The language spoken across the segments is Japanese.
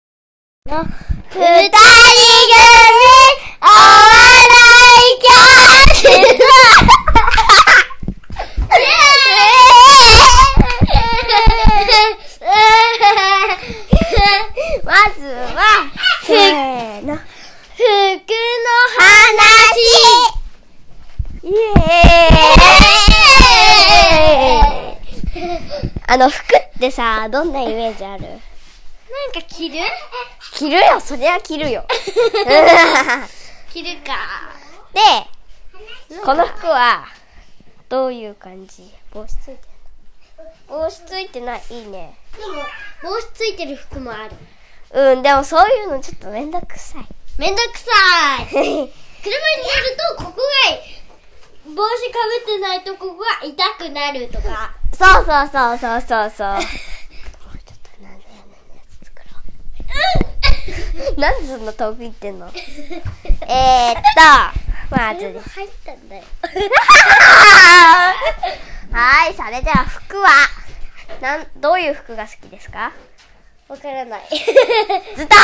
の、二人組、お笑い教室まずは、せーの。服のイエーイ話あの、服ってさ、どんなイメージあるなんか着る 着るよ、そりゃ着るよ。 着るか。で、この服は、どういう感じ帽子ついてる帽子ついてない、いいね。でも、帽子ついてる服もある。うん、でもそういうのちょっとめんどくさい。めんどくさい。車に乗ると、ここが、帽子かぶってないとこが痛くなるとか。 そうそうそうそうそう そう。なんでそんな遠く行ってんのえーっと、まずうん ね。入ったんだよ。はい、それでは服は、なん、どういう服が好きですかわからない。ズター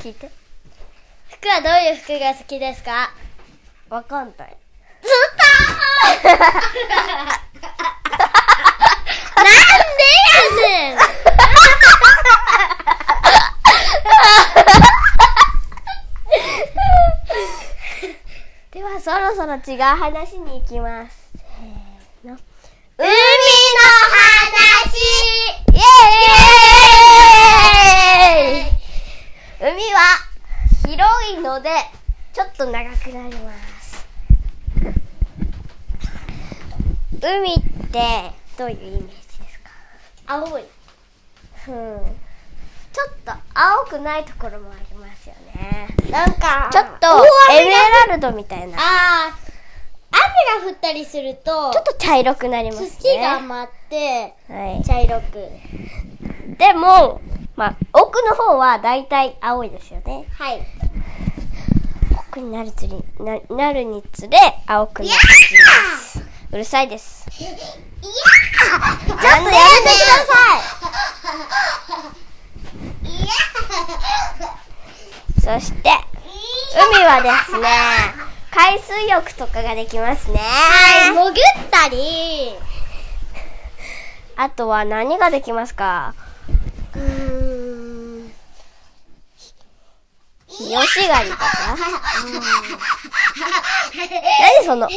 ン 聞いて。服はどういう服が好きですかわかんない。ずっとなんでやねんでは、そろそろ違う話に行きます。せーの。海の話イエーイ海は広いのでちょっと長くなります海ってどういうイメージですか青い。うんちょっと青くないところもありますよねなんか、ちょっ大とエ雨メがラルドみたいなああ、雨が降ったりすると、ちょっと茶色くなりますね土が舞って、はい、茶色く。でも、まあ、奥の方はだいたい青いですよねはい。奥になるつりななるにつれ青くなるうるさいですいやちょっとやめてくだいやさいそして海はですね海水浴とかができますねはい、潜ったり、あとは何ができます かうーん。日吉狩りとか何その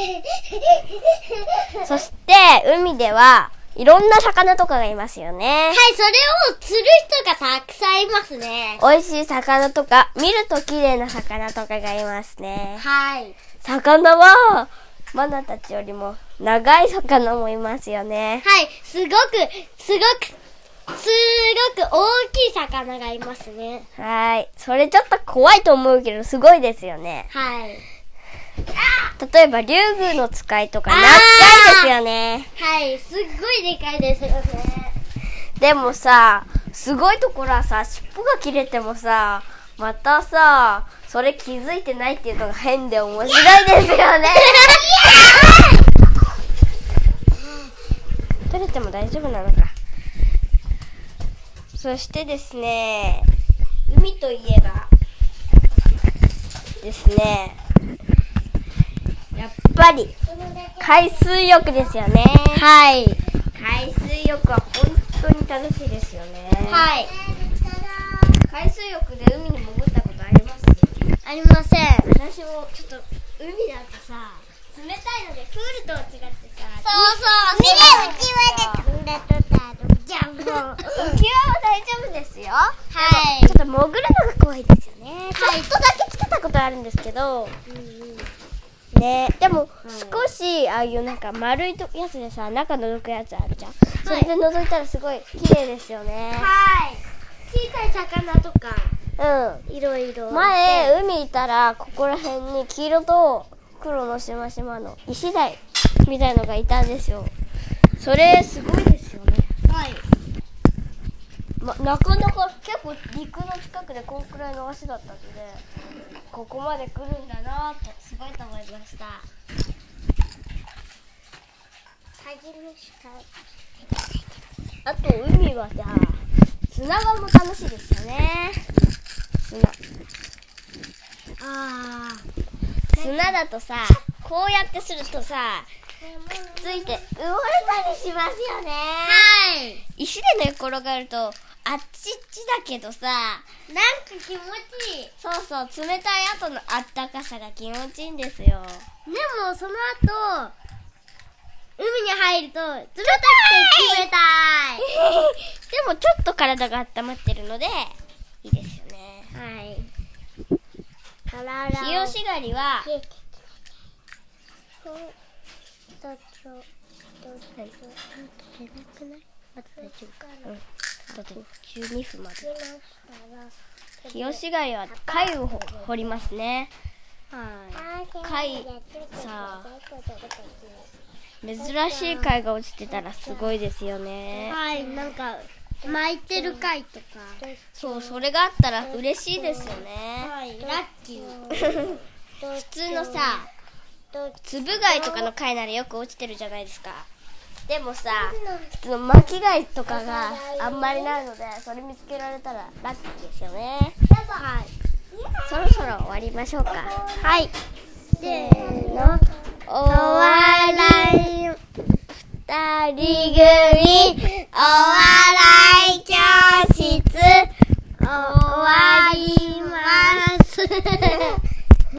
そして海ではいろんな魚とかがいますよねはい、それを釣る人がたくさんいますね。美味しい魚とか見ると綺麗な魚とかがいますねはい。魚はマナたちよりも長い魚もいますよねはい、すごく、すごく、すごく大きい魚がいますね。はい。それちょっと怖いと思うけど、すごいですよね。はい。例えば、竜宮の使いとか、なっちゃいですよね。はい、すっごいでかいですよ ね。でもさ、すごいところはさ、尻尾が切れてもさ、またさ、それ気づいてないっていうのが変で面白いですよね。取れても大丈夫なのか。そしてですね、海といえば、ですね、やっぱり、海水浴ですよね。はい。海水浴は本当に楽しいですよね。はい。海水浴で海に潜ったことありますありません。私もちょっと海だとさ、冷たいので、プールとは違ってさ、そうそう、見れうちまで飛んだとたじゃん、もう。は浮き輪は大丈夫ですよいちょっ。と潜るのが怖いですよね、はちょいっとだけつけたことあるんですけどねでも少しああいうなんか丸いとやつでさ中覗くやつあるじゃん、それで覗いたらすごい綺麗ですよねはい。小さい魚とか、うんいろいろ。前海いたらここら辺に黄色と黒のしましまの石鯛みたいのがいたんですよそれすごいですよね、はい。ま、なかなか結構陸の近くでこんくらいの足だったんでここまで来るんだなとすごいと思いました。鍵の下。あと海はさ砂砂場も楽しいですよね。砂。あ砂だとさ、こうやってするとさ、ー。ついて埋もれたりしますよね。はい。石で寝転がると、あっちっちだけどさ、なんか気持ちいい。そうそう、冷たい後のあったかさが気持ちいいんですよ。でも、その後、海に入ると、冷たくて冷たい。でもちょっと体が温まってるので、いいですよね。はい。日吉狩りは、だって12分まで。日吉貝は貝を掘掘りますね。はい。貝、さあ、珍しい貝が落ちてたらすごいですよね。はい、なんか、巻いてる貝とか。そう、それがあったら嬉しいですよね。はい、ラッキー。 普通のさ、つぶ貝とかの貝ならよく落ちてるじゃないですか。でもさ、普通の巻き貝とかがあんまりないので、それ見つけられたらラッキーですよね。はい。そろそろ終わりましょうか。はい。せーの。お笑い二人組お笑い教室終わります。